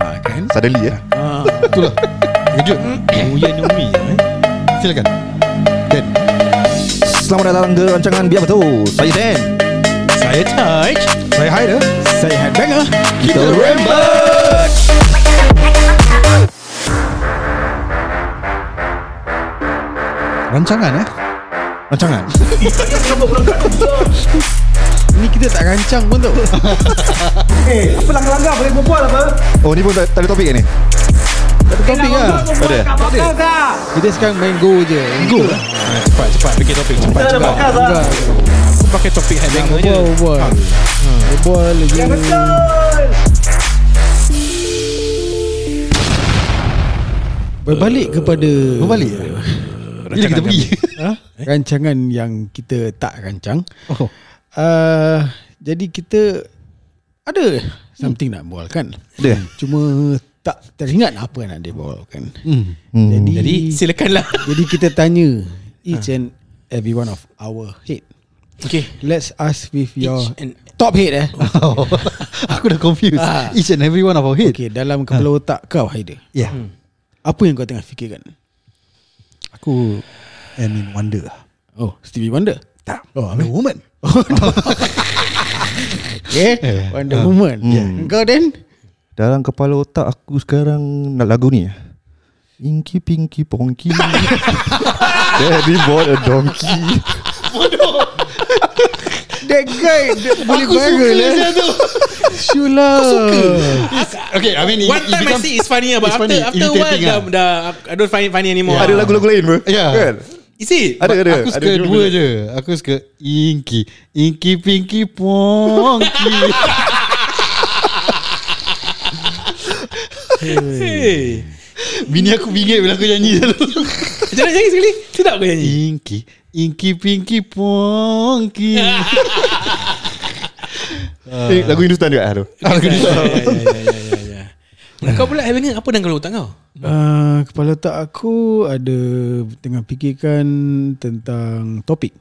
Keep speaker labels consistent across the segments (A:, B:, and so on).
A: ha, kan?
B: Suddenly eh
A: Ha.
C: Betul lah Kejut Uyan Umi eh? Silakan Dan
B: Selamat datang ke
C: Kan
B: rancangan Biar Betul Saya Dan
A: Saya Taj
C: Saya eh? Haider
A: Saya Headbanger
B: Kita rembat
C: Rancangan eh
A: Rancangan Ni kita tak rancang pun tau
D: Eh, apa langgar-langgar boleh berbual apa?
B: Oh ni pun tak, tak ada topik kan ni
A: Tak ada topik lah
B: Ada?
D: Tak bakal tak?
A: Kita sekarang main go je
C: Go lah ha, Cepat cepat Fikir topik cepat
D: Tak ada
C: cepat
D: bakal tak?
C: Aku pakai topik headbanger je
A: Berbual Berbual
C: Ah.
A: Berbual lagi
D: Ya betul!
A: Berbalik kepada
C: Berbalik Bila kita pergi
A: ha? Rancangan yang kita tak rancang
C: Oh
A: uh, Jadi kita Ada Something nak bual kan
B: Ada
A: Cuma tak teringat lah apa nak dibawakan.
C: Hmm.
A: Hmm. Jadi, jadi,
C: Jadi silakanlah
A: jadi kita tanya
C: Ah.
A: each and every one of our head.
C: Okay
A: Let's ask with your
C: and-
A: top head eh.
C: oh, Aku dah confused
A: Ah.
C: Each and every one of our head
A: Okay,
B: Ha.
A: dalam kepala otak kau Haider.
B: Ya.
C: Yeah
A: Apa yang kau tengah fikirkan?
C: Aku am in wonder
A: Oh, Stevie Wonder.
C: Tak Oh I'm a woman
A: Okay,
C: Eh,
A: Wonder Woman.
B: Hmm.
A: Yeah. Kau then?
B: Dalam kepala otak aku sekarang nak lagu ni eh? Inky pinky ponky Daddy bought a donkey
A: That guy that boleh viral eh.
C: tu
A: Sure lah. Kau suka.
C: Okay I mean it-
E: One
C: it
E: time I
C: becomes-
E: see it's funny But
C: it's
E: after,
C: funny,
E: after a while
C: irritating
E: dah,
C: lah.
E: dah, I don't find it funny anymore Ah.
B: Ada lagu-lagu lain bro
C: Ya.
B: Kan?
E: Is it?
B: Ada ada
C: Aku
B: ada
C: suka dua je Aku suka Inky Inky Pinky Ponky
E: Hey.
C: Bini aku bingit bila aku nyanyi dulu
E: Jangan nyanyi sekali Sedap kau nyanyi
C: Inky Inky Pinky Ponky
E: Ah.
B: Eh, Lagu Hindustan juga ah, tu
C: Aku ni tak-
E: Ya, ya, ya, ya, ya, ya. Kau pula Abang Apa dalam kalau otak kau?
A: Uh, kepala otak aku ada tengah fikirkan tentang topik.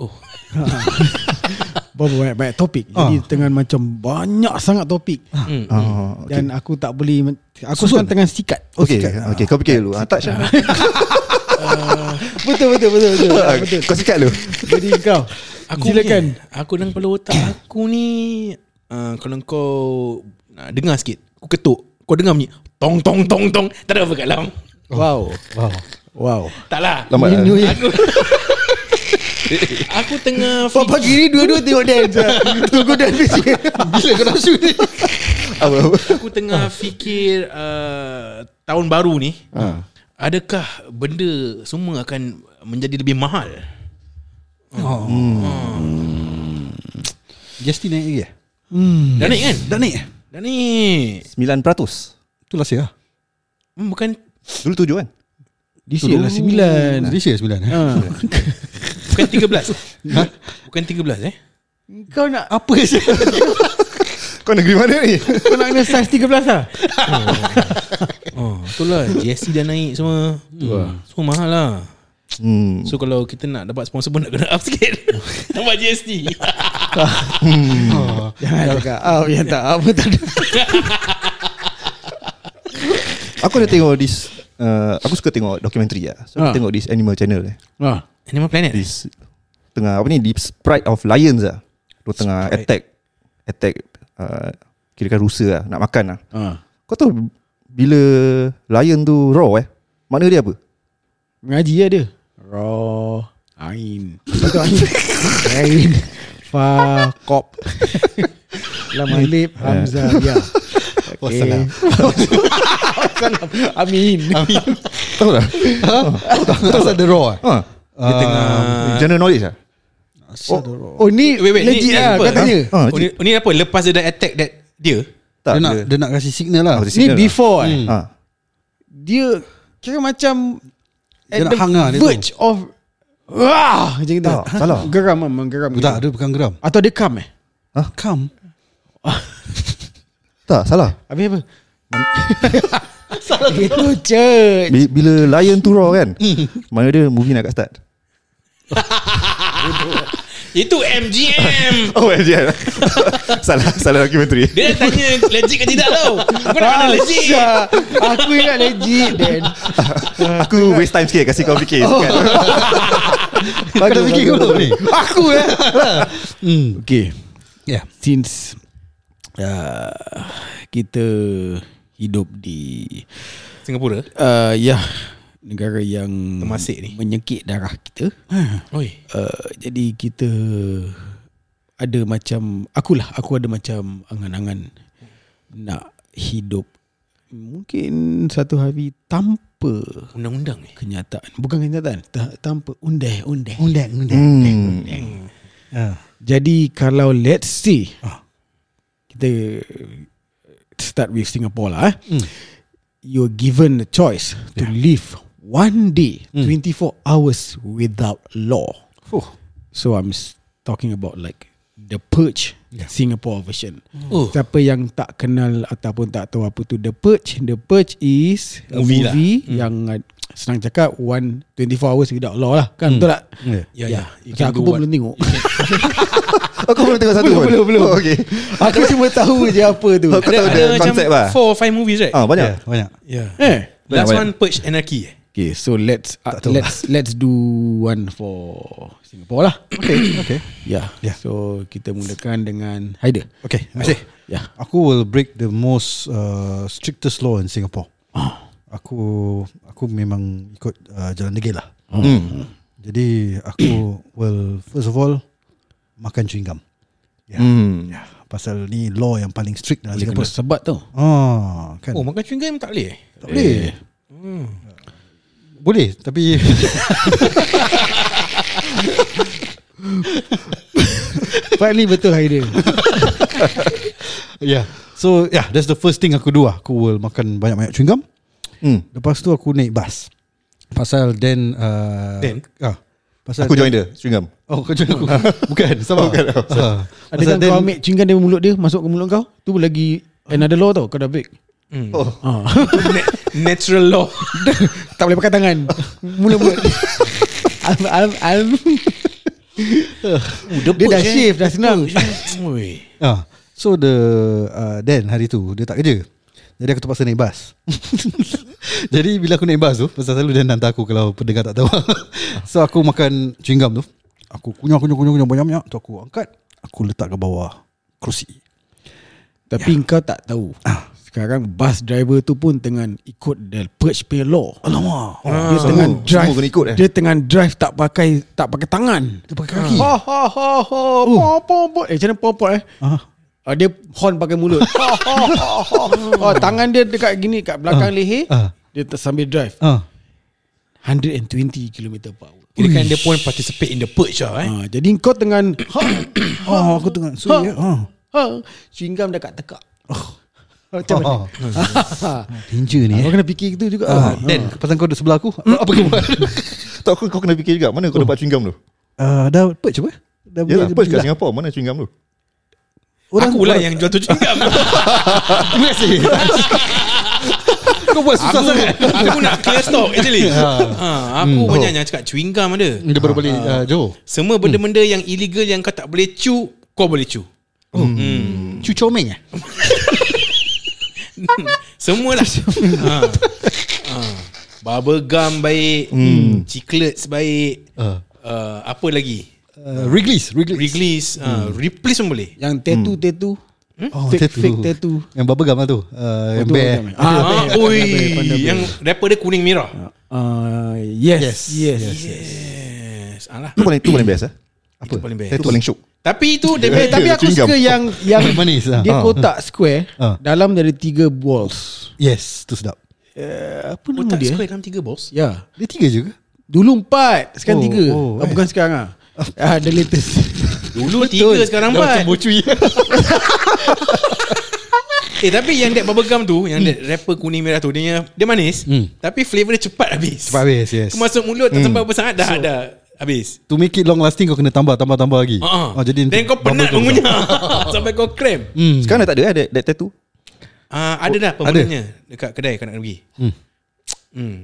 E: Oh
A: Berapa banyak-banyak topik. Jadi tengah macam banyak sangat topik.
E: Hmm.
B: Ah, okay.
A: Dan aku tak boleh men- Aku sekarang tengah sikat
B: Okay,
A: sikat.
B: okay, kau fikir dulu. Ah, tak Syah.
A: Betul betul betul betul.
B: Ah,
A: betul.
B: Kau sikat dulu.
A: Jadi kau
E: Aku
A: Silakan
E: punya, Aku dalam kepala otak Aku ni uh, Kalau kau uh, Dengar sikit Aku ketuk Kau dengar bunyi Tong tong tong tong Tak ada apa kat dalam
A: Wow Wow Wow
E: Tak lah
B: Lambat. ah.
A: New Year
E: Aku tengah
A: Pagi pagi ni dua-dua tengok dance Tunggu dance sikit
C: Bila kau nak shoot ni
B: Apa apa.
E: Aku tengah fikir uh, Tahun baru ni
B: Ah.
E: Adakah benda semua akan menjadi lebih mahal? Hmm.
C: Justin naik lagi eh?
E: Hmm. Dah naik kan?
C: Dah naik eh?
E: Dah naik.
B: 9%.
C: Tu last year lah
E: Hmm, bukan
B: Dulu tujuh kan?
A: This year lah sembilan
C: This year sembilan eh?
A: Ah.
E: bukan 13. ha? Bukan 13 eh.
A: Kau nak
C: Apa sih?
B: Kau negeri mana ni?
A: Kau nak kena size 13 lah
E: Oh, itulah GST dah naik semua. Hmm. Semua mahal lah.
B: Hmm.
E: So kalau kita nak dapat sponsor pun nak kena up sikit. Tambah GST.
A: Jangan cakap Oh ya tak Apa tak ada
B: Aku ada tengok this uh, aku suka tengok dokumentari lah. So
A: Ah.
B: aku tengok this animal channel eh.
A: ah.
E: Animal Planet.
B: This tengah apa ni the pride of lions ah. Dia tengah attack attack uh, kira rusa lah, nak makan lah.
A: Ah.
B: Kau tahu bila lion tu raw eh? Makna dia apa?
A: Mengaji lah dia Raw Ain Betul Ain Ain Fa Kop Lama Lip Hamzah Ya
C: Wassalam.
A: Wassalam Amin
B: Tahu tak?
C: Pasal the raw eh?
B: Ha.
E: Dia tengah
B: General knowledge lah.
C: Oh,
A: Oh ni
E: Wait, wait, ni-
A: Legit
E: ni
A: lah
E: apa?
A: Kau tanya
B: Ha,
E: Oh, ni, oh, ni apa? Lepas dia dah attack that dia.
B: tak.
C: dia, nak, dia nak kasih signal lah
B: Oh,
C: Hmm.
A: Ni
B: signal lah.
A: before eh
C: Ah.
B: Ha.
A: Dia Kira macam
C: Dia nak hang lah dia tu.
A: verge of Wah Macam gitu
B: Tak, salah.
A: Geram lah Menggeram
C: Tak dia bukan geram
A: Atau dia kam eh
C: Come
B: Tak, salah.
A: Habis apa Salah Itu je
B: Bi- Bila lion tu raw kan? Makna dia movie nak kat start.
E: Eh Itu MGM
B: Oh MGM Salah Salah dokumentari
E: Dia dah tanya legit ke tidak tau Kau nak mana legit
A: Syah, Aku ingat legit Dan
B: Aku waste time sikit Kasih kau fikir oh. kan?
C: Kau dah fikir ke belum ni?
A: Aku eh
C: Hmm.
A: Okay
C: Ya.
A: Since uh, Kita Hidup di
E: Singapura
A: uh, Ya Negara yang
E: Termasik ni. Ha.
A: Menyekit darah kita
E: Oi
A: uh, Jadi kita Ada macam Akulah Aku ada macam Angan-angan Nak hidup Mungkin satu hari Tanpa
E: Undang-undang ni
A: Kenyataan Bukan kenyataan ta- Tanpa undai Undai Ah.
C: Undang, undang.
B: hmm.
C: Ha.
A: Jadi kalau let's see Kita uh, Start with Singapore lah eh. You're given the choice To live one day 24 hours without law So I'm s- talking about like The Purge Singapore version
E: Oh.
A: Siapa yang tak kenal Ataupun tak tahu apa tu The Purge The Purge is A
E: Movie
A: movie,
E: lah.
A: Yang uh, Senang cakap one, 24 hours without law lah Kan betul tak?
C: Ya.
E: Ya, ya.
A: Macam
E: You
A: Ya.
E: can
A: Aku
E: do
A: pun
E: what-
A: belum tengok
B: Aku belum tengok satu
A: Belum,
B: pun
A: belum, belum.
B: oh, okay.
A: Aku cuma tahu je apa tu
B: Kau tahu dia konsep lah
E: Four or five movies right
B: Ah
C: Ya,
B: Banyak
C: banyak.
E: Yeah
A: Eh
E: Last
B: Banyak,
E: one Purge Anarchy eh?
A: Okay so let's uh,
C: tahu.
A: Let's let's do one for Singapore lah
C: Okay, okay.
A: Yeah.
C: Yeah.
A: So kita mulakan dengan Ya. Haider
C: Okay, masih.
A: Yeah
C: Aku will break the most uh, strictest law in Singapore. Aku aku memang ikut uh, jalan negeri lah.
B: hmm.
C: Jadi aku will first of all makan chewing gum. Ya.
B: Hmm.
C: Ya, pasal ni law yang paling strict dalam
A: Boleh kena
C: Singapore.
A: sebat tau
C: Oh, kan.
E: Oh makan chewing gum tak boleh eh?
C: tak boleh. Boleh tapi
A: Part ni betul Haider
C: yeah. Ya. So yeah, that's the first thing aku do lah. Aku will makan banyak-banyak chewing gum.
B: Hmm.
C: Lepas tu aku naik bas. Pasal then uh,
E: Then?
C: ah, pasal
B: Aku join dia String gum
C: Oh kau join aku Bukan sama
B: bukan.
C: Ah.
A: Ada
C: Pasal
A: kan
C: then-
A: kau ambil cinggan dari mulut dia Masuk ke mulut kau Tu lagi Another law tau Kau dah break
E: Hmm.
B: Oh.
E: Na- Natural law
A: Tak boleh pakai tangan Mula-mula I'm, I'm, I'm. Dia dah shift Dah senang
E: eh? Oi.
C: Ah, so the uh, Dan hari tu dia tak kerja. Jadi aku terpaksa naik bas. Jadi bila aku naik bas tu, pasal selalu Dan hantar aku kalau pendengar tak tahu. so aku makan chewing gum tu. Aku kunyah kunyah kunyah kunyah banyak-banyak tu aku angkat, aku letak ke bawah kerusi.
A: Tapi yeah. kau tak tahu Sekarang bus driver tu pun Tengah ikut The purge pay law
C: Ah. Alamak.
A: Dia tengah
B: semua-
A: drive
B: semua kena ikut, eh?
A: Dia tengah drive Tak pakai Tak pakai tangan
C: Dia pakai kaki.
A: Ha ha ha ha Pom pom pom Eh macam mana pom pom eh
C: Ah.
A: Ah, Dia horn pakai mulut Ha, ha, ha, ha. oh, Tangan dia dekat gini Kat belakang leher
C: Ah.
A: Dia ter- sambil drive
C: Ah.
A: 120 km per hour Hmm.
E: Kirakan dia pun participate in the purge lah eh?
A: Ah, Jadi kau tengah ha,
C: Oh, aku tengah so
A: Ha.
C: ya. Ah.
A: ha, Singgam dekat tekak Macam mana
C: Oh. Danger ni.
A: Kau
C: eh.
A: kena fikir gitu juga
C: Ah, Dan pasal kau duduk sebelah aku, apa kau buat?
B: Tak aku kau kena fikir juga Mana kau dapat chewing gum tu
C: Ah, dah perch apa? Dah
B: Yalah Apa kat
C: beli-
B: Singapore Mana chewing gum tu
C: Orang-
E: Akulah
C: orang-
E: yang jual tu chewing gum
C: Terima kasih. kau buat susah sangat.
E: Aku nak clear stock actually ha, Aku hmm. banyak yang cakap chewing gum ada
C: Dia baru balik uh, Johor
E: Semua benda-benda yang illegal Yang kau tak boleh chew Kau boleh chew
C: Cu comeng eh
E: Semualah ha. ha. Bubble gum baik hmm. Chiclets baik
A: Ha.
C: Ah.
E: uh, Apa lagi
C: uh, Wrigley's Wrigley's
E: Wrigley's hmm. Replace pun boleh
A: Yang tattoo tattoo
C: Hmm. Oh
A: Fake-
C: tattoo
A: fake tattoo.
C: Yang bubble gum lah tu uh, Yang
A: tu
C: bear
A: macam mana?
E: Ah,
A: Ah, pandai,
E: oi,
A: pandai, pandai, pandai.
E: yang rapper dia kuning merah.
A: Uh, yes. Yes. yes. yes.
E: Yes, alah.
B: Tu paling tu paling best eh
E: Apa? Itu paling best.
B: Itu paling syuk
E: Tapi itu dia
A: Eh, tapi aku
B: Chewing gum.
A: suka yang yang
C: Manis, ah.
A: Dia
C: Ah.
A: kotak square
C: Ah.
A: dalam dari tiga balls.
C: Yes Tu sedap
A: Uh, apa nama
E: Kotak
A: dia?
E: Oh, square dalam tiga bos.
A: Ya.
C: Dia tiga je ke?
A: Dulu empat, sekarang
C: Oh,
A: tiga.
C: oh,
A: ah,
C: eh.
A: bukan sekarang ah. Ah, the latest.
E: Dulu tiga sekarang empat.
C: bocui
E: Eh tapi yang that bubble gum tu,
A: Hmm.
E: yang that rapper kuning merah tu dia dia manis, tapi flavour dia cepat habis.
C: Cepat habis yes
E: Kau masuk mulut
A: Hmm.
E: tak sampai apa sangat dah ada habis.
C: To make it long lasting Kau kena tambah Tambah tambah lagi
E: Ha.
C: Ah, Jadi
E: Then kau penat mengunyah sampai kau krem.
A: Hmm.
B: Sekarang dah tak ada eh That, that tattoo
E: Hmm. Ah ada dah pembenarnya dekat kedai kau nak pergi. Hmm.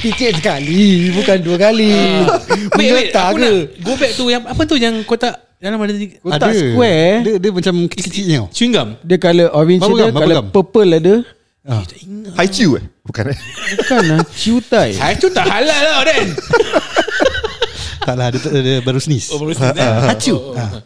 A: Fikir sekali Bukan dua kali
C: Ah.
E: Wait, wait,
A: Menyotak
E: aku
A: ke?
E: nak go back to yang apa tu yang kotak dalam ada tiga-
A: Kotak square.
C: Dia, dia macam kecil-kecilnya tau.
E: chewing gum.
A: Dia colour orange ada
C: Bubble gum, bubble
A: Colour
C: gum.
A: purple ada
C: Ah.
B: Haichu eh? Bukan eh?
A: Bukan lah Ciutai
E: Hacu tak halal lah Dan.
C: Tak lah dia, dia baru sneeze
E: Oh, berus- Hacu. Ah.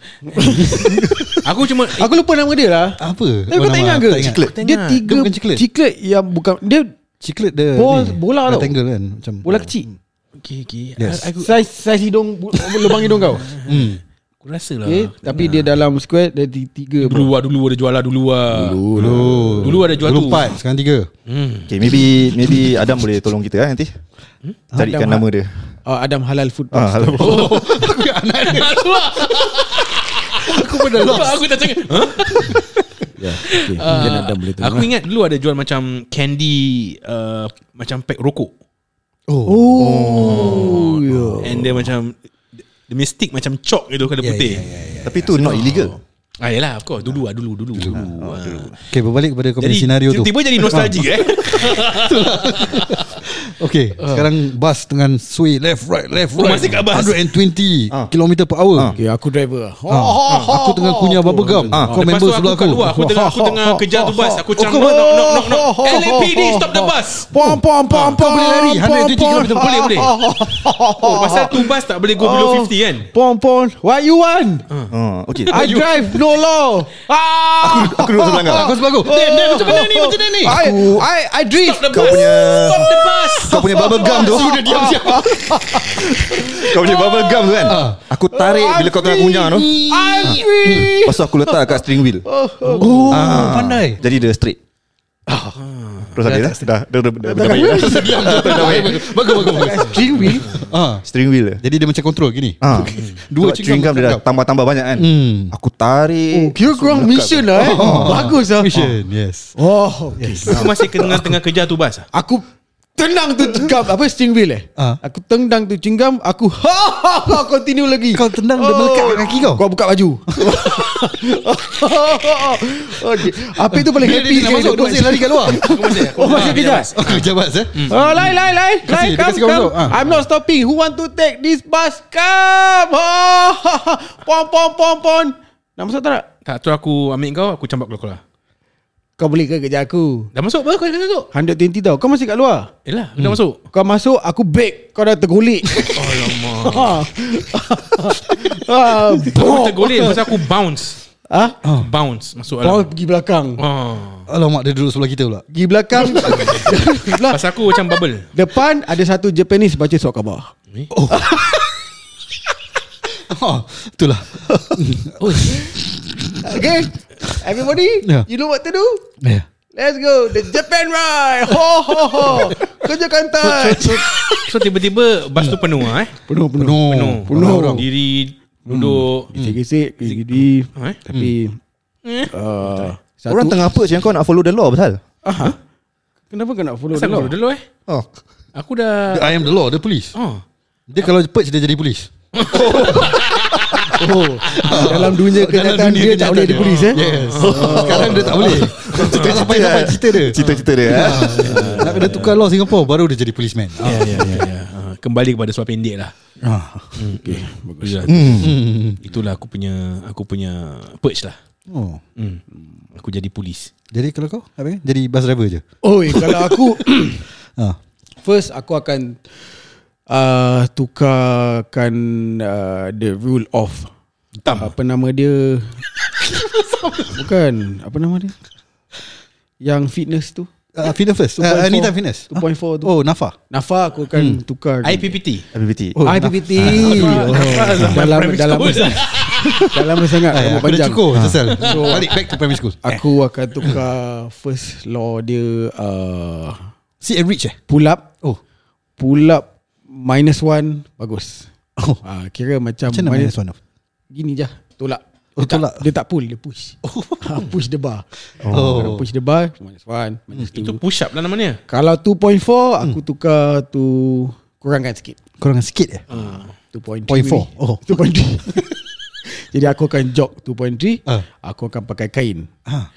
E: Aku cuma eh,
A: Aku lupa nama dia lah
C: Apa?
A: Tapi kau tak
C: Nama-
A: ingat ke?
C: Tak ingat
B: Ciklet.
A: Dia
E: ingat.
A: tiga
C: Dia bukan ciklet.
A: Ciklet yang bukan Dia
C: Ciklet dia
A: Bol-
C: ni,
A: bola tau.
C: Rectangle kan macam
A: bola kecil
E: Okay, okay.
C: Yes.
E: Aku,
A: Saiz, saiz hidung bu- Lubang hidung kau
C: hmm.
E: aku rasa lah.
A: okay, Tapi dia dalam square Dia ti- tiga
E: Dulu lah, dulu ada jual lah, dulu lah. Dulu.
C: Dulu
E: Dulu ada jual
C: Dulu
E: tu.
C: empat Sekarang tiga
E: Hmm.
B: Okay maybe Maybe Adam boleh tolong kita lah nanti Carikan
A: Adam,
B: nama dia
A: Ah, Adam Halal Food
B: Ah,
A: Pasta
B: hello.
E: Aku lah.
C: Aku pun dah
E: Sebab aku tak cakap. Huh?
A: Ya, okay. Mungkin
E: Ah,
A: Adam boleh tengok lah.
E: aku ingat dulu ada jual macam candy uh, macam pack rokok.
C: Oh,
A: Oh, ya.
E: And dia macam dia punya stick macam chalk gitu kena putih.
B: Tapi tu not illegal
E: Ah yalah of course dulu ah dulu dulu. dulu. Ah.
C: Okay berbalik kepada Kau
E: Jadi
C: punya senario tu Ah,
E: tiba-tiba jadi nostalgia eh.
C: Okay Sekarang bus dengan Sway left right left
E: Ah. Oh,
C: right
E: masih kat bus.
C: 120
B: Ah.
C: km per hour
A: Okay, aku driver lah.
C: Ah, ah, aku tengah kunyah bubble gum.
B: Ah,
C: Ha, Kau
E: Lepas
C: member
E: tu aku
C: sebelah aku.
E: kat
C: Ha, Oh,
E: luar Aku tengah, aku tengah kejar tu bas Aku cakap knock knock knock knock LAPD stop the bus
A: Pom pom pom pom.
C: Kau boleh lari 120 km
E: Boleh boleh oh, Pasal tu bus tak boleh go below 50 kan
A: Pom pom. What you want?
B: Ah, Okay
A: I drive no law. Ah.
B: Aku duduk sebelah kau
C: Kau sebelah aku.
E: Dan Dan macam mana ni Macam mana ni
A: I I I drift.
E: Stop oh. the
B: Kau
E: bus
B: punya
E: Stop the bus
B: Kau punya bubble gum tu ah, Sudah diam-diam Kau punya bubble gum tu kan Aku tarik Bila kau tengah kunyah tu
A: I'm Ah, free.
B: Lepas tu aku letak kat steering wheel
C: Oh,
B: Ah, Ah,
C: pandai.
B: Jadi dia straight Terus habis dah Dah Dah Dah Dah Dah baik dah. Dah baik
C: Bagus bagus bagus.
A: String wheel.
C: Ah,
B: Steering wheel dia
C: jadi dia macam control gini.
B: Ah.
C: Dua
B: Dua chewing gum dia dah tambah-tambah banyak kan.
C: Hmm.
B: Aku tarik.
A: Kira kurang mission lah eh. Bagus lah.
C: Mission, yes.
A: Oh, okay.
E: Aku masih tengah-tengah kejar tu ah. bas
A: Aku tendang tu cinggam apa string wheel eh?
C: Ah.
A: Aku tendang tu cinggam, aku ha ha ha continue lagi.
C: Kau tendang,
E: Oh.
C: dia melekat kat kaki kau?
A: Kau buka baju. okay. Apa itu paling
C: Bila
A: happy
C: dia nak
A: sekali
C: masuk,
A: dia
C: dia
A: buat
C: masih lari kat luar.
A: Oh, masih kejar.
C: Aku jabat eh.
E: Hmm.
A: Oh, lai, lai, lai. Lai,
C: Kasih,
A: come,
C: dia kasih kau
A: come.
C: masuk. Ah.
A: I'm not stopping. Who want to take this bus? Come. Oh, pon, pon, pon, pon. Nak masuk tak nak?
E: Tak tu aku ambil kau Aku campak kau lah
A: Kau boleh ke kerja aku?
E: Dah masuk apa kau dah masuk
A: 120 tau. Kau masih kat luar?
E: Yelah aku dah masuk
A: Kau masuk, aku break. Kau dah tergulik. Alamak. ah,
E: Aku
A: boom.
E: tergolek Pasal aku bounce
A: ah,
E: Bounce Masuk
A: kau
E: alam
A: pergi belakang.
E: Ah.
C: Alamak, dia duduk sebelah kita pula.
A: Pergi belakang. Lah,
E: Pasal aku macam bubble
A: Depan ada satu Japanese baca surat khabar.
C: Oh, itulah.
A: Okay. Everybody,
C: Yeah.
A: you know what to do?
C: Ya.
A: Let's go The Japan ride Ho ho ho Kerja kantai
E: So, so tiba-tiba Bas tu penuh ah, eh
A: Penuh
C: Penuh.
E: Oh, Penuh Hmm.
A: Penuh.
E: Orang Diri Duduk
A: Gesek-gesek Gigi
E: Ah, eh?
A: Tapi uh, satu,
B: Orang tengah apa macam kau nak follow the law pasal?
A: Aha. Kenapa kau nak follow
E: Asal
A: dulu?
E: aku dulu eh
B: Ah.
C: Oh.
E: Aku dah
C: I am the law, the police.
E: Oh
C: Dia kalau perch dia jadi polis.
A: Oh, dalam dunia kenyataan
C: dunia
A: dia tak boleh
C: kenyataan
A: ada polis eh.
C: Yes. Sekarang dia tak boleh. Tak sampai-sampai Oh. eh? cerita dia.
B: Cita-cita dia. eh?
C: Nak kena tukar law Singapore baru dia jadi policeman.
E: Ya ya ya ya. Ah, Kembali kepada suara pendek lah
C: Ah.
E: Okay Bagus lah Hmm. Itulah aku punya Aku punya Perch lah
C: Oh.
E: hmm. Aku jadi polis
C: Jadi kalau kau apa? Jadi bus driver je.
A: Oi, kalau aku
C: Ah.
A: first aku akan uh, tukarkan uh, the rule of
E: Hitam
A: apa nama dia? Bukan, apa nama dia? Yang fitness tu.
C: Uh, fitness first. Uh, anytime fitness.
A: 2.4 tu.
C: Oh, Nafa.
A: Nafa aku akan hmm. tukar
E: IPPT
B: LPBT.
A: Oh, IPPT
E: Nafa- Nafa zaman
A: Dalam
E: primary
A: dalam
E: school.
A: Dalam dia sangat rambut
C: Ay, Ah, aku dah
A: panjang
C: cukur sesal. Balik back to primary school.
A: Aku akan tukar First law dia uh,
C: See and reach eh.
A: Pull up
C: Oh.
A: Pull up Minus one Bagus
C: Oh.
A: uh, Kira macam,
C: Macam mana minus one off?
A: Gini je Tolak dia,
C: Oh, tolak.
A: Tak, dia tak pull Dia push Ah, Push the bar
C: Oh. Hmm.
A: Kalau Push the bar Minus one Minus two
E: Itu push up lah namanya
A: Kalau 2.4 Aku tukar tu Kurangkan sikit
C: Korang sikit eh.
A: 2.3
C: 0.4.
A: maybe.
C: Oh.
A: 2.3 Jadi aku akan jog 2.3
C: Ah.
A: Aku akan pakai kain
C: Ha.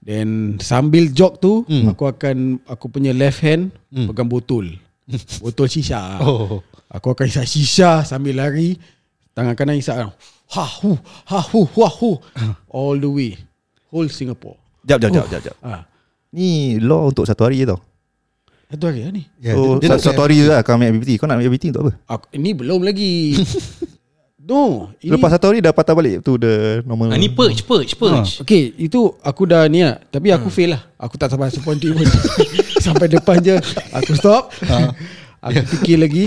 A: Then sambil jog tu
C: Hmm.
A: Aku akan Aku punya left hand Pegang botol Botol shisha
C: Oh.
A: Aku akan isap shisha Sambil lari Tangan kanan isap tau. Ha hu Ha hu Ha hu All the way Whole Singapore
B: Jap jap jap jap jap.
A: Ah,
B: Ni law untuk satu hari je tau.
A: Satu hari lah ni
B: so,
C: Yeah, Ya, dia, dia nak
B: satu, satu hari je lah kau ambil ABT. Kau nak ambil ABT untuk apa?
A: aku, Ini belum lagi No ini,
B: Lepas satu hari dah patah balik tu the normal.
E: Ah, ni purge, purge, purge.
A: Okay itu aku dah ni lah Tapi aku fail lah Aku tak sampai sepon pun Sampai depan je Aku stop Aku fikir lagi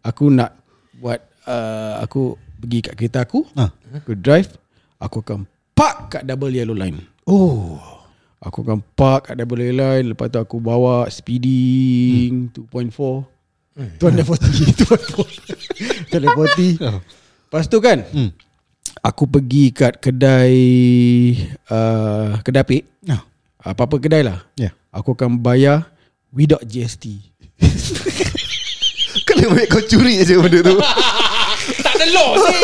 A: Aku nak Buat uh, Aku pergi kat kereta aku
C: Ah.
A: Aku drive Aku akan park kat double yellow line
C: Oh.
A: Aku akan park kat double yellow line Lepas tu aku bawa
C: Hmm.
A: speeding 2.4
C: Eh.
A: 240 240 240 Lepas tu kan
C: Hmm.
A: Aku pergi kat kedai uh, Kedai pik
C: Ah. Ya.
A: Apa-apa kedai lah
C: Yeah.
A: Aku akan bayar Without GST
B: Kau lebih baik kau curi je benda tu.
E: Tak ada law sih.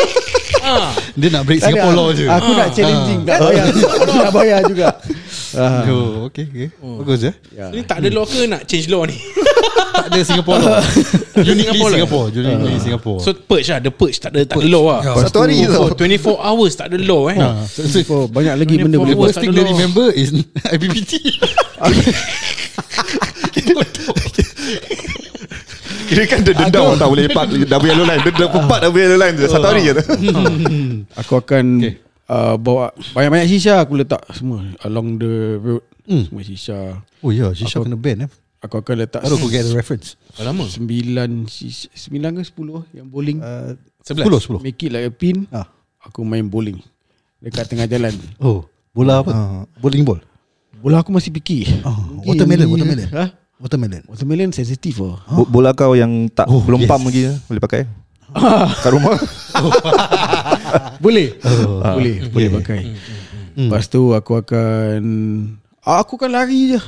E: Ah.
C: Dia nak break
A: Tak ada,
C: Singapore law je.
A: Aku nak challenging Nak
C: Ah.
A: bayar Aku nak bayar juga Ah,
C: Oh, okay, okay.
B: Hmm.
C: Bagus ya.
A: ya.
E: Ni tak ada law ke nak change law ni?
C: Tak ada Singapore law. Uniquely
E: Singapore lah. law.
C: Singapore. Ah. Uniquely Singapore.
E: So purge lah, the purge tak ada tak ada law lah.
B: Satu hari je tau.
E: Oh, 24 hours tak ada law eh.
C: Ah, so, so,
A: Oh, banyak lagi
E: Dia
A: benda
E: forward
A: boleh buat
C: the
E: Worst
C: first thing
E: tak
C: they
E: ada law.
C: remember is IPPT.
B: Kira kan dia dendam tak boleh part double yellow line. Dia dah part double yellow line je satu hari je. tu.
A: Aku akan okay.
C: Okay.
A: uh, bawa banyak-banyak shisha aku letak semua along the road. Mm.
C: Hmm.
A: Semua shisha.
C: Oh ya, yeah, Shisha kena ban eh.
A: Aku akan letak
C: Baru aku get the reference.
E: Berapa lama?
A: sembilan shisha, sembilan ke sepuluh yang bowling. Uh,
C: Uh,
E: Sebelas.
C: 10, 10.
A: Make it like a pin.
C: Ah.
A: Aku main bowling dekat tengah jalan.
C: Oh, bola apa? Bowling ball.
A: Bola aku masih fikir.
C: Oh,
A: Mungkin
C: watermelon,
A: yang ni-
C: watermelon.
A: Ha?
C: Watermelon.
A: Watermelon sensitif oh.
B: Bo- Bola kau yang tak
C: Oh,
B: belum
C: yes.
B: pam lagi eh, boleh pakai. Kat rumah.
A: Boleh.
C: Ah.
A: boleh, boleh pakai.
C: Mm,
A: Lepas tu aku akan ah, aku akan lari je.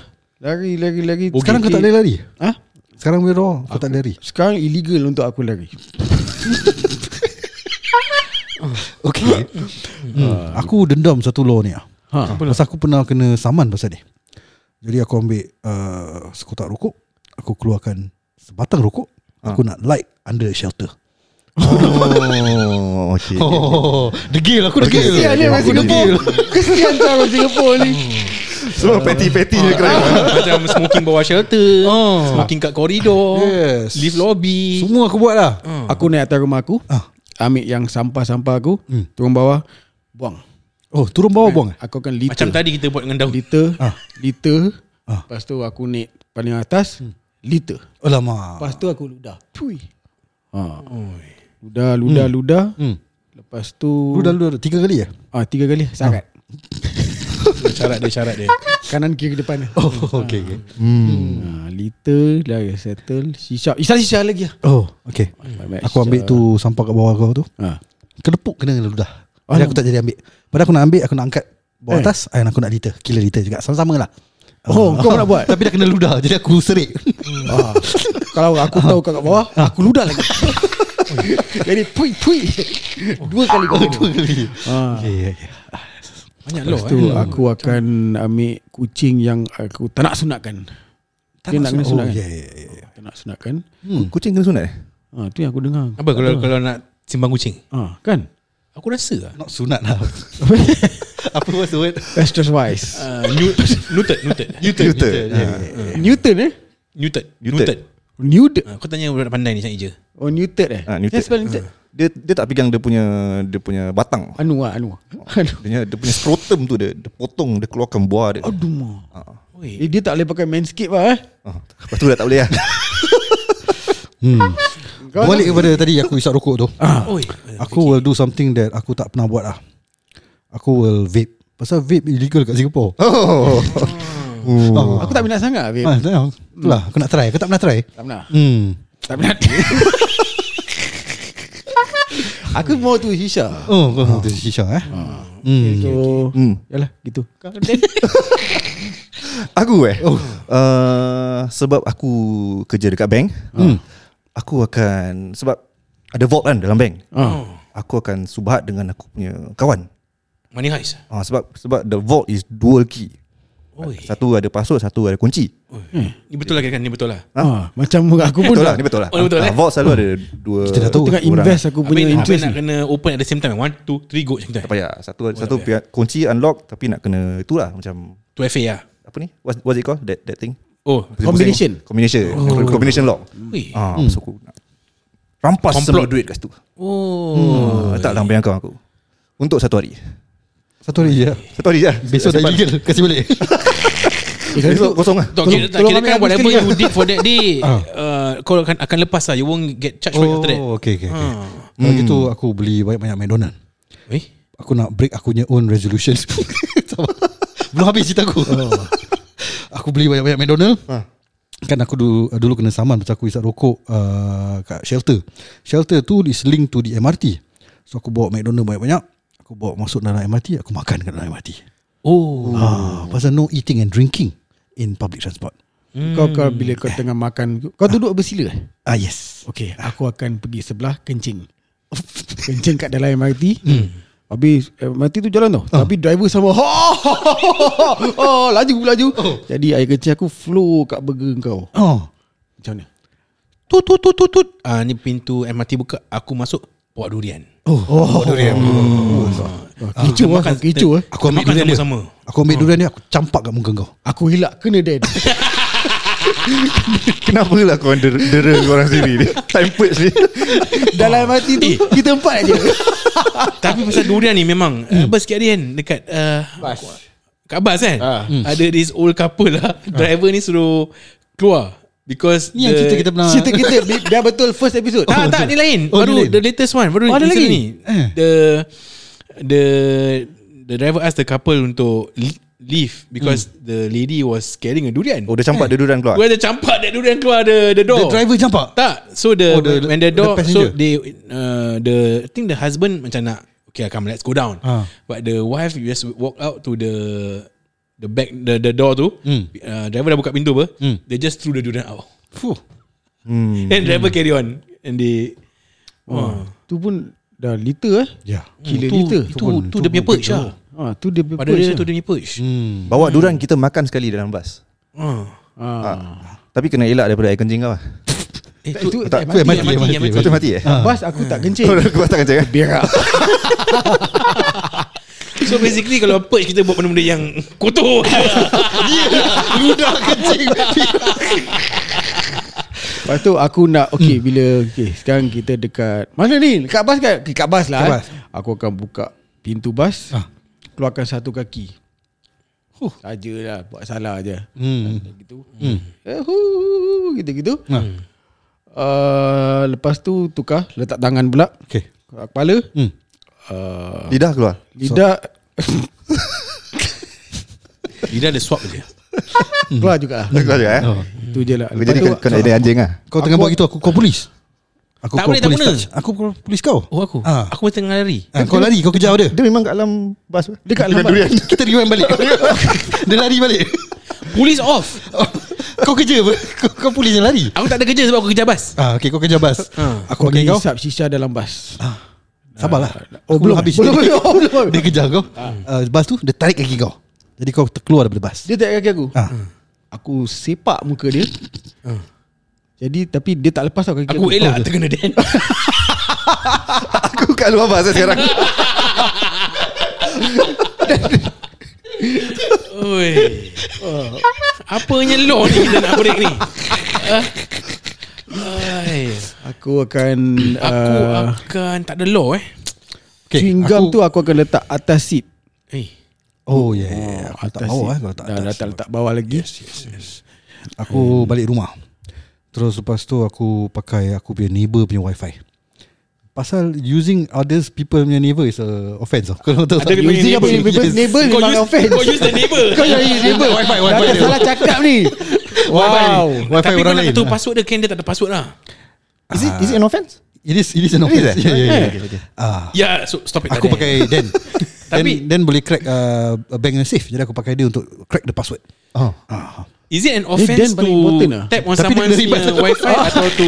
A: Lari, lari, lari.
C: Sekarang kau tak boleh lari.
A: Ha?
C: Sekarang we raw, kau tak boleh lari.
A: Sekarang illegal untuk aku lari.
C: Okay. hmm. Aku dendam satu law ni. ah.
A: Ha.
C: Pasal aku pernah kena saman pasal ni. Jadi aku ambil uh, sekotak rokok, aku keluarkan sebatang rokok, aku nak light under the shelter.
B: Oh, okay.
C: Oh, degil aku
B: degil.
A: Kesian dia orang
B: Aku
A: Singapore Kesian tu orang Singapore ni
B: Semua peti-peti je kira.
E: Macam smoking bawah shelter,
C: Oh.
E: smoking kat koridor,
C: Yes.
E: lift lobby.
C: Semua aku buat lah.
A: Aku naik atas rumah aku
C: Ah.
A: Ambil yang sampah-sampah aku
C: Hmm.
A: Turun bawah Buang
C: Oh, turun bawah buang. eh?
A: Aku akan liter
E: Macam tadi kita buat dengan daun.
A: Liter
C: Ah.
A: Liter
C: Ah.
A: Lepas tu aku naik Paling atas Liter
C: Alamak.
A: Lepas tu aku ludah Cui ha. Ludah, ludah, ludah
C: Hmm.
A: Lepas tu
C: Lu dah lu dah tiga kali ya?
A: ah, Tiga kali Sangat
E: Syarat dia, syarat dia.
A: Kanan kiri depan
C: Oh, okay, okay.
A: ha, Liter Dah settle Shisha Isap shisha lagi lah
C: Oh, okay.
A: Banyak
C: Aku ambil
A: shisha.
C: tu sampah kat bawah kau tu.
A: ha.
C: Kedepuk kena dengan ludah Jadi aku tak jadi ambil Padahal aku nak ambil Aku nak angkat Bawah eh. atas And aku nak liter Kira liter juga Sama-sama lah
A: Oh,
C: Ah.
A: kau nak buat?
C: Tapi dah kena ludah Jadi aku serik
A: Ah, kalau aku tahu kat kat bawah, aku ludah lagi.
C: Eh,
A: Jadi pui pui. Dua kali kau kena.
C: Oh, kali
A: Ah.
C: yeah, yeah, yeah.
E: Banyak law
A: Lepas
E: eh.
A: tu aku akan ambil kucing yang aku tak nak sunatkan. Tak nak kena
C: Oh,
A: sunatkan.
C: yeah, yeah, yeah.
A: Tak nak sunatkan.
B: Kucing kena sunat eh?
A: Ah, tu yang aku dengar.
E: Apa kalau kalau nak simbang kucing?
A: Ah, kan?
E: Aku rasa lah.
C: Not sunat lah Apa was the word
A: Extra wise.
E: Uh, nu- Neutered Neutered
B: Yuta. Yuta. Ah.
A: Newton eh?
E: Neutered
B: Neutered.
E: Neutered
A: Newton.
E: Ah, Kau tanya budak pandai ni Syed je
A: Oh, Newton eh?
B: Ah, Newton.
A: Saya spell Newton.
B: Dia dia tak pegang dia punya dia punya batang.
A: Anu ah, anu. Anu.
B: Dia punya- dia punya scrotum tu dia, dia potong dia keluarkan buah dia.
A: Aduh, ma.
E: Oi.
A: Eh, dia tak boleh pakai manscape lah eh.
B: Ah, Lepas tu dah tak boleh lah.
A: Kau
C: Balik kepada tadi Aku isap rokok tu
E: Oi.
C: Ah, Aku will do something that Aku tak pernah buat lah Aku will vape Pasal vape illegal kat Singapore
B: Oh.
A: Aku tak minat sangat, babe.
C: ah, tak, Itulah Aku nak try Aku tak pernah try
A: Tak pernah.
C: Hmm
A: Tak minat. aku mau tu Shisha.
C: Oh, kau tu shisha eh. Hmm.
A: So
B: Hmm.
A: Yalah gitu
B: Aku eh oh. uh, Sebab aku kerja dekat bank hmm. Aku akan Sebab ada vault kan dalam bank
A: ah.
B: Aku akan subhat dengan aku punya kawan Ah,
E: Money heist
B: uh, Sebab sebab the vault is dual key
E: Oi.
B: Satu ada password Satu ada kunci
E: Ni betul lah kan? Ni betul lah.
A: Ha? macam aku pun
B: Betul lah
A: tak-
B: Ni betul lah
E: Oh, betul, eh?
B: Ah, Vault selalu ada Dua
C: Kita dah
A: aku
C: tahu.
A: tengah
B: orang.
A: invest aku punya
E: Habis, habis
A: interest
E: nak
A: ni.
E: kena open at the same time. One, two, three, go macam tu.
B: Tak
E: eh?
B: payah Satu satu pihak kunci unlock Tapi nak kena Itulah macam
E: Tu FA lah.
B: Apa ni What's, what's it called That, that thing
E: Oh.
A: Combination.
B: Combination oh. Combination lock
E: Weh.
B: ah, hmm. So aku nak Rampas
E: Complot.
B: semua duit kat situ
E: Oh.
B: ah, Letak dalam bank account aku Untuk satu hari
C: Satu hari je
B: Satu hari je
C: Besok dah illegal Kasih balik
A: Eh, kalau
C: oh,
B: Besok
A: tu-
B: kosong lah
E: Tak kira, tak
A: tolong ambil
E: kira kan
A: habis sekali
E: whatever you
A: lah.
E: did for that day
C: Ah.
E: uh, Kau akan, akan lepas lah You won't get charged for it
C: Oh
E: after that
C: okay, Hmm. okay, okay.
E: Ah.
C: Kalau gitu aku beli banyak-banyak McDonald
E: Eh
C: Aku nak break aku punya own resolution Sabar. Belum habis cerita aku Aku beli banyak-banyak McDonald Kan aku dulu, dulu kena saman Pasal aku isap rokok uh, Kat shelter Shelter tu is linked to the MRT So aku bawa McDonald banyak-banyak Aku bawa masuk dalam MRT Aku makan kat dalam MRT
E: Oh
C: ah, Pasal no eating and drinking In public transport
A: Kau kau
E: Hmm.
A: bila kau tengah makan Kau duduk bersila eh?
C: Ah yes
A: Okay Aku akan pergi sebelah Kencing Kencing kat dalam MRT Habis eh, MRT tu jalan tau Tapi driver sama oh, oh, oh, oh, Laju laju Jadi air kencing aku Flow kat burger kau
C: Oh
A: Macam mana
E: Tut tut tut tut tut ah, Ni pintu MRT buka Aku masuk Bawa durian
C: Oh, oh, durian.
A: ah, Kecoh lah
E: Makan-
A: Kecoh lah
C: Aku ambil
E: Makan
C: durian dia
E: sama-sama.
C: Aku ambil durian dia Aku campak kat muka kau
A: Aku hilak kena dead
B: Kenapa lah kau dera, dera korang sendiri ni Time purge ni
A: Dalam MRT tu Kita empat je
E: Tapi pasal durian ni memang mm. Apa sikit hari kan Dekat uh, Bas Kat bas kan mm. Ada this old couple lah Driver ni suruh Keluar Because
C: Ni yang cerita kita pernah
A: Cerita kita bi- Dah betul first episode Ah,
E: Tak Ah, tak ni lain
C: Oh, ni
E: Baru
C: lain.
E: the latest one Baru
A: Oh, ada
E: recent
A: lagi?
E: ni
C: Eh.
E: The The The driver asked the couple Untuk li- Leave Because
C: Hmm.
E: The lady was Carrying a durian
B: Oh dia campak dia durian keluar
E: Where the campak That durian keluar The, the door
C: The driver campak
E: Tak So the,
C: Oh, the-
E: When the door
C: the passenger.
E: So they uh, The I think the husband Macam nak Okay come let's go down
C: Ah.
E: But the wife Just walk out to the The back The, the door tu
C: Hmm.
E: uh, Driver dah buka pintu apa
C: Hmm.
E: They just threw the durian out
C: Fuh.
B: hmm.
E: And driver carry on And they
A: Ah,
E: Oh.
A: Tu pun Dah liter eh
C: Ya
A: Gila
E: Itu
A: liter
E: Itu tu dia punya purge lah
A: Ah, tu dia
E: Pada dia tu dia punya purge
C: hmm.
B: Bawa durian kita makan sekali dalam bas
E: Ah.
A: ah.
B: Tapi kena elak daripada air kencing kau lah
E: Eh
A: Itu
E: tu
A: tak,
C: tu yang mati,
A: mati,
E: yang mati, yang
B: Kau tu mati eh
A: Bas aku tak kencing
B: Kau tak kencing eh
A: Berak
E: So basically Kalau purge kita buat benda-benda yang Kotor
C: Ludah kencing
A: Lepas tu aku nak Okay bila okay, Sekarang kita dekat Mana ni Dekat bas kan Dekat bas lah
C: Kat
A: eh.
C: bas.
A: Aku akan buka Pintu bas
C: Ah.
A: Keluarkan satu kaki huh. Saja lah Buat salah je
C: hmm.
A: Gitu Eh, hu, Gitu-gitu
C: Nah.
A: uh, Lepas tu tukar Letak tangan pula
C: Okay
A: Kepala
C: hmm.
A: uh,
B: Lidah keluar
A: Lidah
E: Lidah dia swap je
A: Keluar juga lah
B: Keluar juga eh
C: Oh.
A: Itu je lah
B: Jadi kau kau nak jadi anjing lah
C: Kau tengah buat gitu Aku call polis Aku
E: Tak
C: call
E: boleh, tak
C: polis
E: guna.
C: touch. Aku call polis kau
E: Oh aku
C: Ah.
E: Aku masih tengah lari
C: Ah, Kau lari Kau kejar dia
B: Dia memang kat dalam bas
A: Dekat dalam bas.
C: Kita rewind balik Dia lari balik
E: Polis off
C: Oh, Kau kerja apa? Kau, kau polis yang lari
E: Aku tak ada kerja sebab aku kerja bas
C: Ah, okay, kau kerja bas
E: Ah.
A: Kau
C: Aku panggil
A: kena
C: kau
A: hisap shisha dalam bas
C: Sabarlah
A: Oh
C: ah, Aku
A: belum
C: habis
A: Belum
C: Dia-
A: belum, belum.
C: Dia kejar kau Ah, Bas tu Dia tarik kaki kau Jadi kau terkeluar daripada bas
A: Dia tak kaki aku
C: Ah.
A: Aku sepak muka dia Jadi tapi dia tak lepas tau kaki
E: Aku elak terkena Dan
B: Aku kat luar bas eh, sekarang
E: Oi. Oh. Apanya law ni kita nak break ni Ah. Ai.
A: Aku akan
E: Aku
A: uh,
E: akan Tak ada law eh
A: okay, Chewing gum tu aku akan letak atas seat
E: Eh
C: Oh yeah Aku tak
A: Atas
C: bawa
A: seat.
C: eh Kau tak
A: Dah
C: atas.
A: letak, letak bawah lagi
C: Aku balik rumah Terus lepas tu aku pakai aku punya neighbor punya wifi Pasal using others people punya neighbor is a offence tau Kalau tahu
E: Ada
C: tak?
E: dia punya
A: Using apa
E: neighbour.
A: neighbor
C: Yes.
A: Neighbor
E: Kau
A: memang
E: use-
A: offense
E: kau use the neighbour.
C: Oh,
A: Kau
C: ya,
A: yang use neighbor
C: Wifi, wifi
A: Dah
C: dia.
A: salah cakap ni Wow
C: Wifi
E: Tapi
C: orang
E: kau nak
C: lain
E: tahu password dia Kan dia tak ada password lah
B: Is it, is it an offence?
C: It is, it is an offence
B: eh?
C: yeah, yeah, yeah.
A: Okay,
C: Ah,
E: Ya so stop it lah,
C: Aku
E: Dan.
C: pakai Dan
E: Tapi-
C: Tapi Dan boleh crack uh, a bank and safe Jadi aku pakai dia untuk crack the password
B: Oh.
C: ah.
E: Is it an
A: Dan
E: offence
A: paling
E: to
A: important lah.
E: tap on
C: Tapi dia
E: someone's
C: kena
E: punya
C: ribet.
E: wifi atau to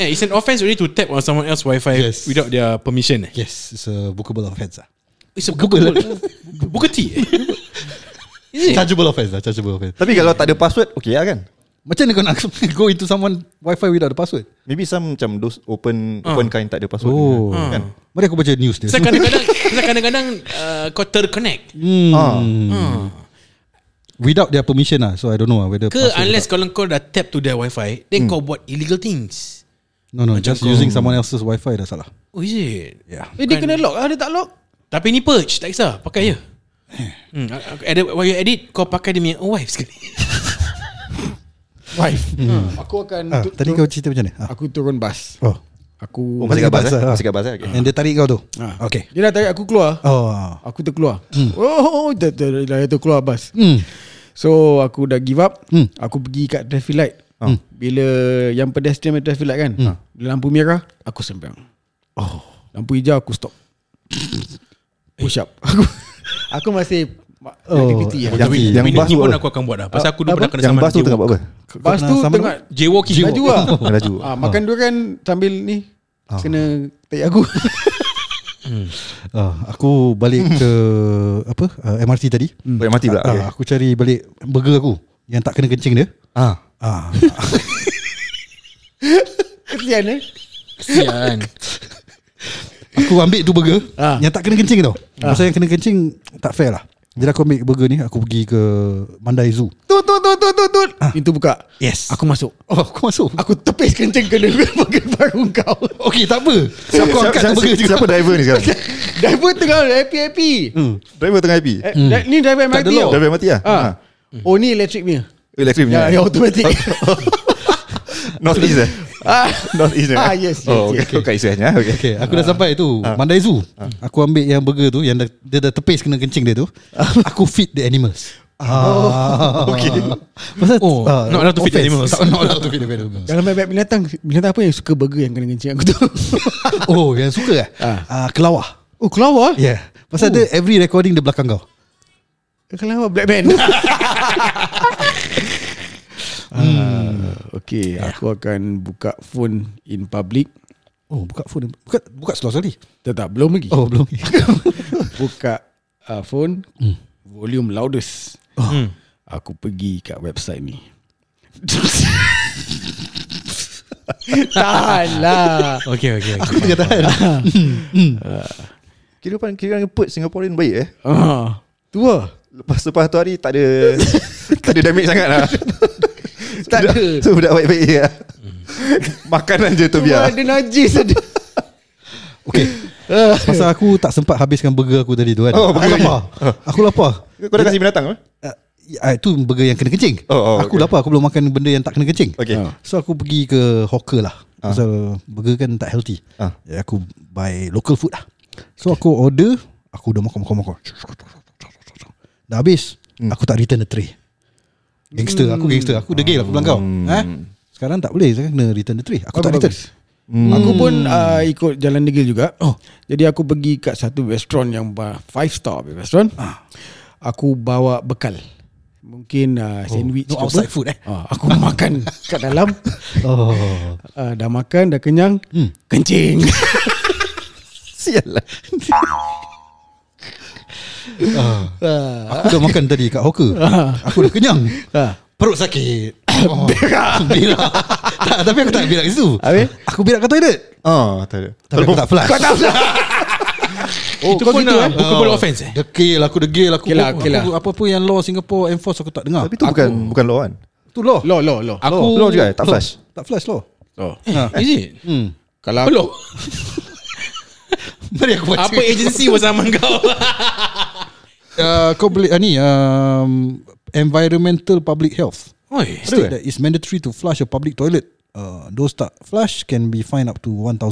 E: Eh, it's an offence already to tap on someone else wifi
C: Yes.
E: without their permission. Eh?
C: Yes, it's a bookable offence lah
E: eh? It's a Google. Bukati. Is it?
C: Chargeable offense lah Chargeable offense
B: Tapi kalau tak ada password Okay lah kan
C: Macam mana kau nak Go into someone Wi-Fi without the password
B: Maybe some macam Those open
E: Ah.
B: Open kind tak ada password
C: Oh.
B: Kan
C: Mari aku baca news dia
E: Pasal kadang-kadang Pasal kadang-kadang uh, Kau terconnect
B: Ah.
C: Without their permission lah So I don't know lah Whether
E: Ke
C: password
E: unless kalau kau dah tap to their wifi Then kau buat illegal things
C: No no Just
E: kau-
C: using someone else's Wi-Fi lah. dah salah
E: Oh is it
C: Yeah.
A: Eh, dia kena lock ah, dia tak lock.
E: Tapi ni purge Tak kisah Pakai je hmm. edit, While you edit Kau pakai dia punya oh, wife sekali
A: Wife. Aku akan
C: ah,
A: tu-
C: Tadi
A: tu-
C: kau cerita macam mana ah.
A: aku turun bas.
C: Oh
A: Aku
B: Oh masih kat bas
C: Masih
B: eh?
C: kat bas, ah.
B: Masih kat bas eh? Okay.
C: And dia tarik kau tu
A: Ah.
C: Okay
A: dia dah tarik aku keluar.
C: Oh
A: Aku terkeluar. Oh, dah dah dah terkeluar bas.
C: Hmm.
A: So aku dah give up
C: Hmm.
A: Aku pergi kat traffic light Hmm. Bila yang pedestrian punya traffic light kan Bila lampu merah Aku sembang oh. Lampu hijau aku stop Push up Aku, aku masih eh.
C: Oh,
A: Aktiviti
B: Yang-
E: Tapi
B: yang
E: benda
B: bas
E: ni
B: tu
E: pun
B: apa?
E: aku akan buat dah Pasal aku dulu
A: Apa?
E: pernah kena
B: Yang
E: saman
B: bas tu tengah buat apa
A: Lepas tu
C: Kau pernah
A: tengah
E: Jaywalking
A: Laju lah
B: Tengah laju
A: ah, Makan dulu kan Sambil ni Kena Taik aku
C: Ah, Aku balik ke Apa Ah, MRT tadi
B: Kau yang mati pula okay.
C: Ah, Aku cari balik Burger aku Yang tak kena kencing dia
B: Ah.
C: Ah,
A: Kesian eh
E: Kesian
C: Aku ambil tu burger
A: Ah.
C: Yang tak kena kencing tau Pasal yang kena kencing Tak fair lah Jadi aku ambil burger ni Aku pergi ke Mandai Zoo
A: Tu tu tu tu tu tu Ah. Pintu buka
E: Yes.
A: Aku masuk
C: Oh aku masuk
A: Aku tepis kencing kena Bagian baru kau
C: Okay Eh, tak apa Aku
B: Siapa-
C: angkat tu
B: siapa-
C: burger juga
B: Siapa driver ni sekarang
A: Driver tengah happy-happy
B: Driver tengah happy
A: Eh, dri- Ni driver
C: Tak
A: MRT
C: ada Ha.
A: tau
B: Driver mati lah
A: Ah. Oh ni electric punya
B: Elektrik
A: Ya,
B: punya
A: ya automatic
B: North East eh
A: Ah.
B: North East eh
A: Ah, yes, yes,
B: Oh
A: yes,
B: okay Kau kat East eh Okay
C: Okay aku dah sampai tu Mandai Zoo Aku ambil yang burger tu Yang dah, dia dah tepis kena kencing dia tu Aku feed the animals Ah, okay. Pasal,
E: Oh, not allowed to feed the animals.
C: Tak, not allowed to feed the animals.
A: Dalam bab binatang Binatang apa yang suka burger Yang kena kencing aku tu
C: oh, yang suka eh?
A: Ah.
C: Ah, Ya. kelawar.
A: Oh kelawar
C: Yeah. Pasal dia every recording dia belakang kau.
A: Kelawar black man Ah, Okay
C: Ya.
A: Aku akan buka phone In public
C: Oh, buka phone. Buka buka slow sekali.
A: Tak tak belum lagi
C: Oh, belum.
A: Buka uh, phone Volume loudest
E: Hmm.
A: Aku pergi kat website ni Tahan lah
E: Okay okay, okay.
C: Aku tengah tahan.
B: Kira pan kira orang put Singaporean baik eh
A: ah, Tu lah
B: Lepas lepas tu hari Tak ada Tak ada damage sangat lah
A: Tak
B: Budak-
A: ada.
B: So budak baik-baik je lah Makanan je tu
A: Cuma
B: biar
A: ada najis ada
C: Okay. Pasal aku tak sempat habiskan burger aku tadi tu kan.
B: Oh,
C: aku
B: burger
C: lapar. Aku lapar.
B: Kau dah kasih binatang ke?
C: Ah, itu burger yang kena kencing.
B: Oh, oh,
C: aku
B: okay.
C: lapar. Aku belum makan benda yang tak kena kencing.
B: Okay
C: So aku pergi ke hawker lah. Pasal burger kan tak healthy.
B: Ah.
C: Ya, aku buy local food lah. So aku order. Aku dah makan, makan, makan. Dah habis.
B: Hmm.
C: Aku tak return the tray. Gangster. Aku gangster. Aku degil lah. Aku bilang kau.
B: Hmm.
C: Ha? Sekarang tak boleh. Sekarang kena return the tray. Aku tak
A: Bagus,
C: return.
A: bagus. Aku pun uh, ikut jalan degil juga. Oh. Jadi aku pergi kat satu restoran yang ba- five star punya restoran. Aku bawa bekal. Mungkin uh, sandwich ke
E: no
A: apa.
E: outside food, eh?
A: Ah, aku makan kat dalam.
C: Oh.
A: Uh, dah makan, dah kenyang.
C: Hmm.
A: Kencing.
B: Sial lah
C: Aku dah makan tadi kat hawker Aku dah kenyang
A: Ah.
C: Perut sakit oh. Berak Berak tak, Tapi aku tak berak situ
B: Ah.
A: Habis?
C: Aku berak kat toilet
B: Oh tak ada
C: Tapi aku tak flush Kau tak flush
E: Itu pun lah Bukan offense eh
C: Degil aku degil Aku,
A: Okay lah, okay lah.
C: aku apa-apa yang law Singapore enforce Aku tak dengar
B: Tapi tu bukan Bukan law kan
C: tu law
A: Lo, lo, lo.
E: Aku
B: Law juga eh? Tak flush
C: Tak flush law
A: Lo.
E: Eh, Is it
C: hmm.
A: Kalau aku,
E: Belum
C: Mari aku baca
E: Apa agensi was aman kau
C: uh, Kau boleh ah, ni um, Environmental Public Health
E: Oi
C: State that it's mandatory to flush a public toilet uh, Those tak flush Can be fined up to $1,000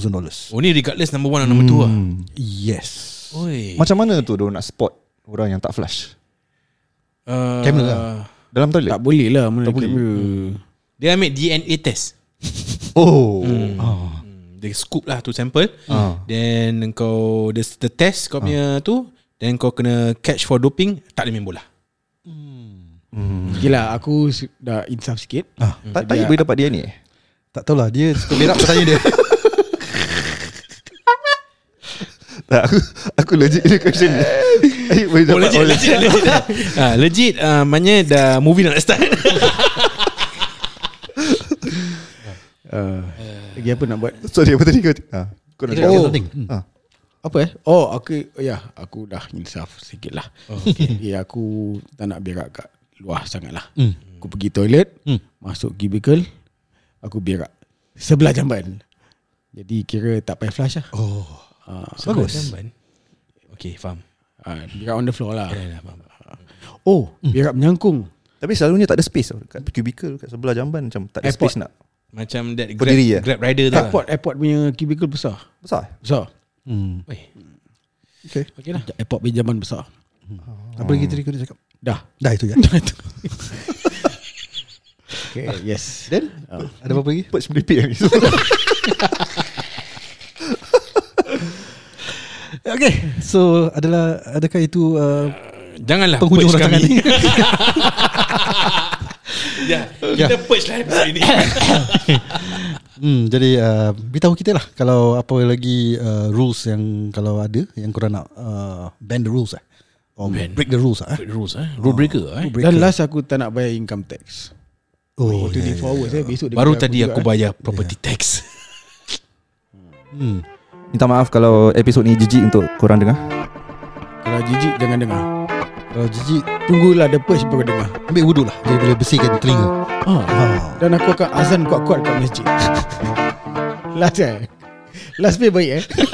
E: Oh ni regardless number one dan number two lah
C: Yes
E: Oi
B: Macam mana tu Diorang nak spot Orang yang tak flush
E: Uh,
C: Kamera lah.
B: Dalam toilet
A: tak boleh lah.
B: Ah.
A: Mana
B: Tak boleh.
A: kamera.
C: Hmm.
E: Dia ambil DNA test
B: Oh
E: Hmm, Dia scoop lah tu sample Then kau the, the test kau punya tu Then kau kena catch for doping Tak boleh main bola
A: Okay lah, aku s- dah insaf sikit.
C: Ah.
B: Tak tak boleh dapat dia ni eh?
C: Tak tahulah Dia suka berak Kau tanya dia
B: Tak, aku, aku legit ni question ni. Aib boleh dapat
E: Oh, legit,
B: oleh.
E: legit, legit. Ah, legit, ah, maknanya dah movie dah nak start.
A: Uh, lagi apa nak buat?
B: Sorry, apa tadi kau? Ha, kau nak
C: Kira
B: cakap.
C: oh.
B: Oh.
C: something. Hmm.
B: Ha.
A: Apa eh? Oh, aku ya, aku dah insaf sikit lah.
C: Oh,
A: Okay. Ya, aku tak nak berak kat luar sangat lah.
C: Hmm.
A: Aku pergi toilet,
C: Hmm.
A: masuk cubicle, aku berak sebelah jamban. Jadi kira tak payah flush lah. Oh.
E: Bagus. Okay, faham.
A: Uh, berak on the floor lah.
E: Dah, dah, faham.
A: Oh, berak menyangkung.
B: Tapi selalunya tak ada space tau. Kat cubicle kat sebelah jamban macam tak ada
A: Airport.
B: space nak.
E: Macam that grab,
B: Berdiri, eh?
E: grab rider tu. lah.
A: Airport, airport punya cubicle besar.
B: Besar. eh?
A: Besar.
C: Hmm.
E: Lah. Weh,
B: Okay.
E: Okay lah.
A: Airport punya jamban besar.
C: Apa lagi tadi kau nak cakap?
A: Dah.
C: Dah itu je.
A: Okay, yes.
C: Then ada apa lagi?
B: Perch melipik ni.
C: Okay. So adalah adakah itu uh,
E: Janganlah
C: penghujung
E: purge
C: rancangan
E: kami.
C: ni?
E: Ya, kita purge lah episode ini.
C: Hmm, jadi uh, beritahu kita lah kalau apa lagi uh, rules yang kalau ada yang korang nak uh, bend the rules eh. Or
E: Bend.
C: break the rules ah. Eh?
E: Rules eh. Rule breaker eh.
A: Dan last aku tak nak bayar income tax.
C: Oh,
A: Itu yeah, 24 hours eh. Besok dia
E: Baru
A: kejar
E: tadi aku
A: juga, eh.
E: bayar property tax.
B: Minta maaf kalau episod ni jijik untuk korang dengar.
A: Kalau jijik jangan dengar.
C: Kalau jijik
A: Tunggulah the purge baru dengar.
C: ambil wudu lah jadi boleh bersihkan telinga.
A: Ah.
C: Ah.
A: Dan aku akan azan kuat-kuat kat masjid Last eh Last pay baik eh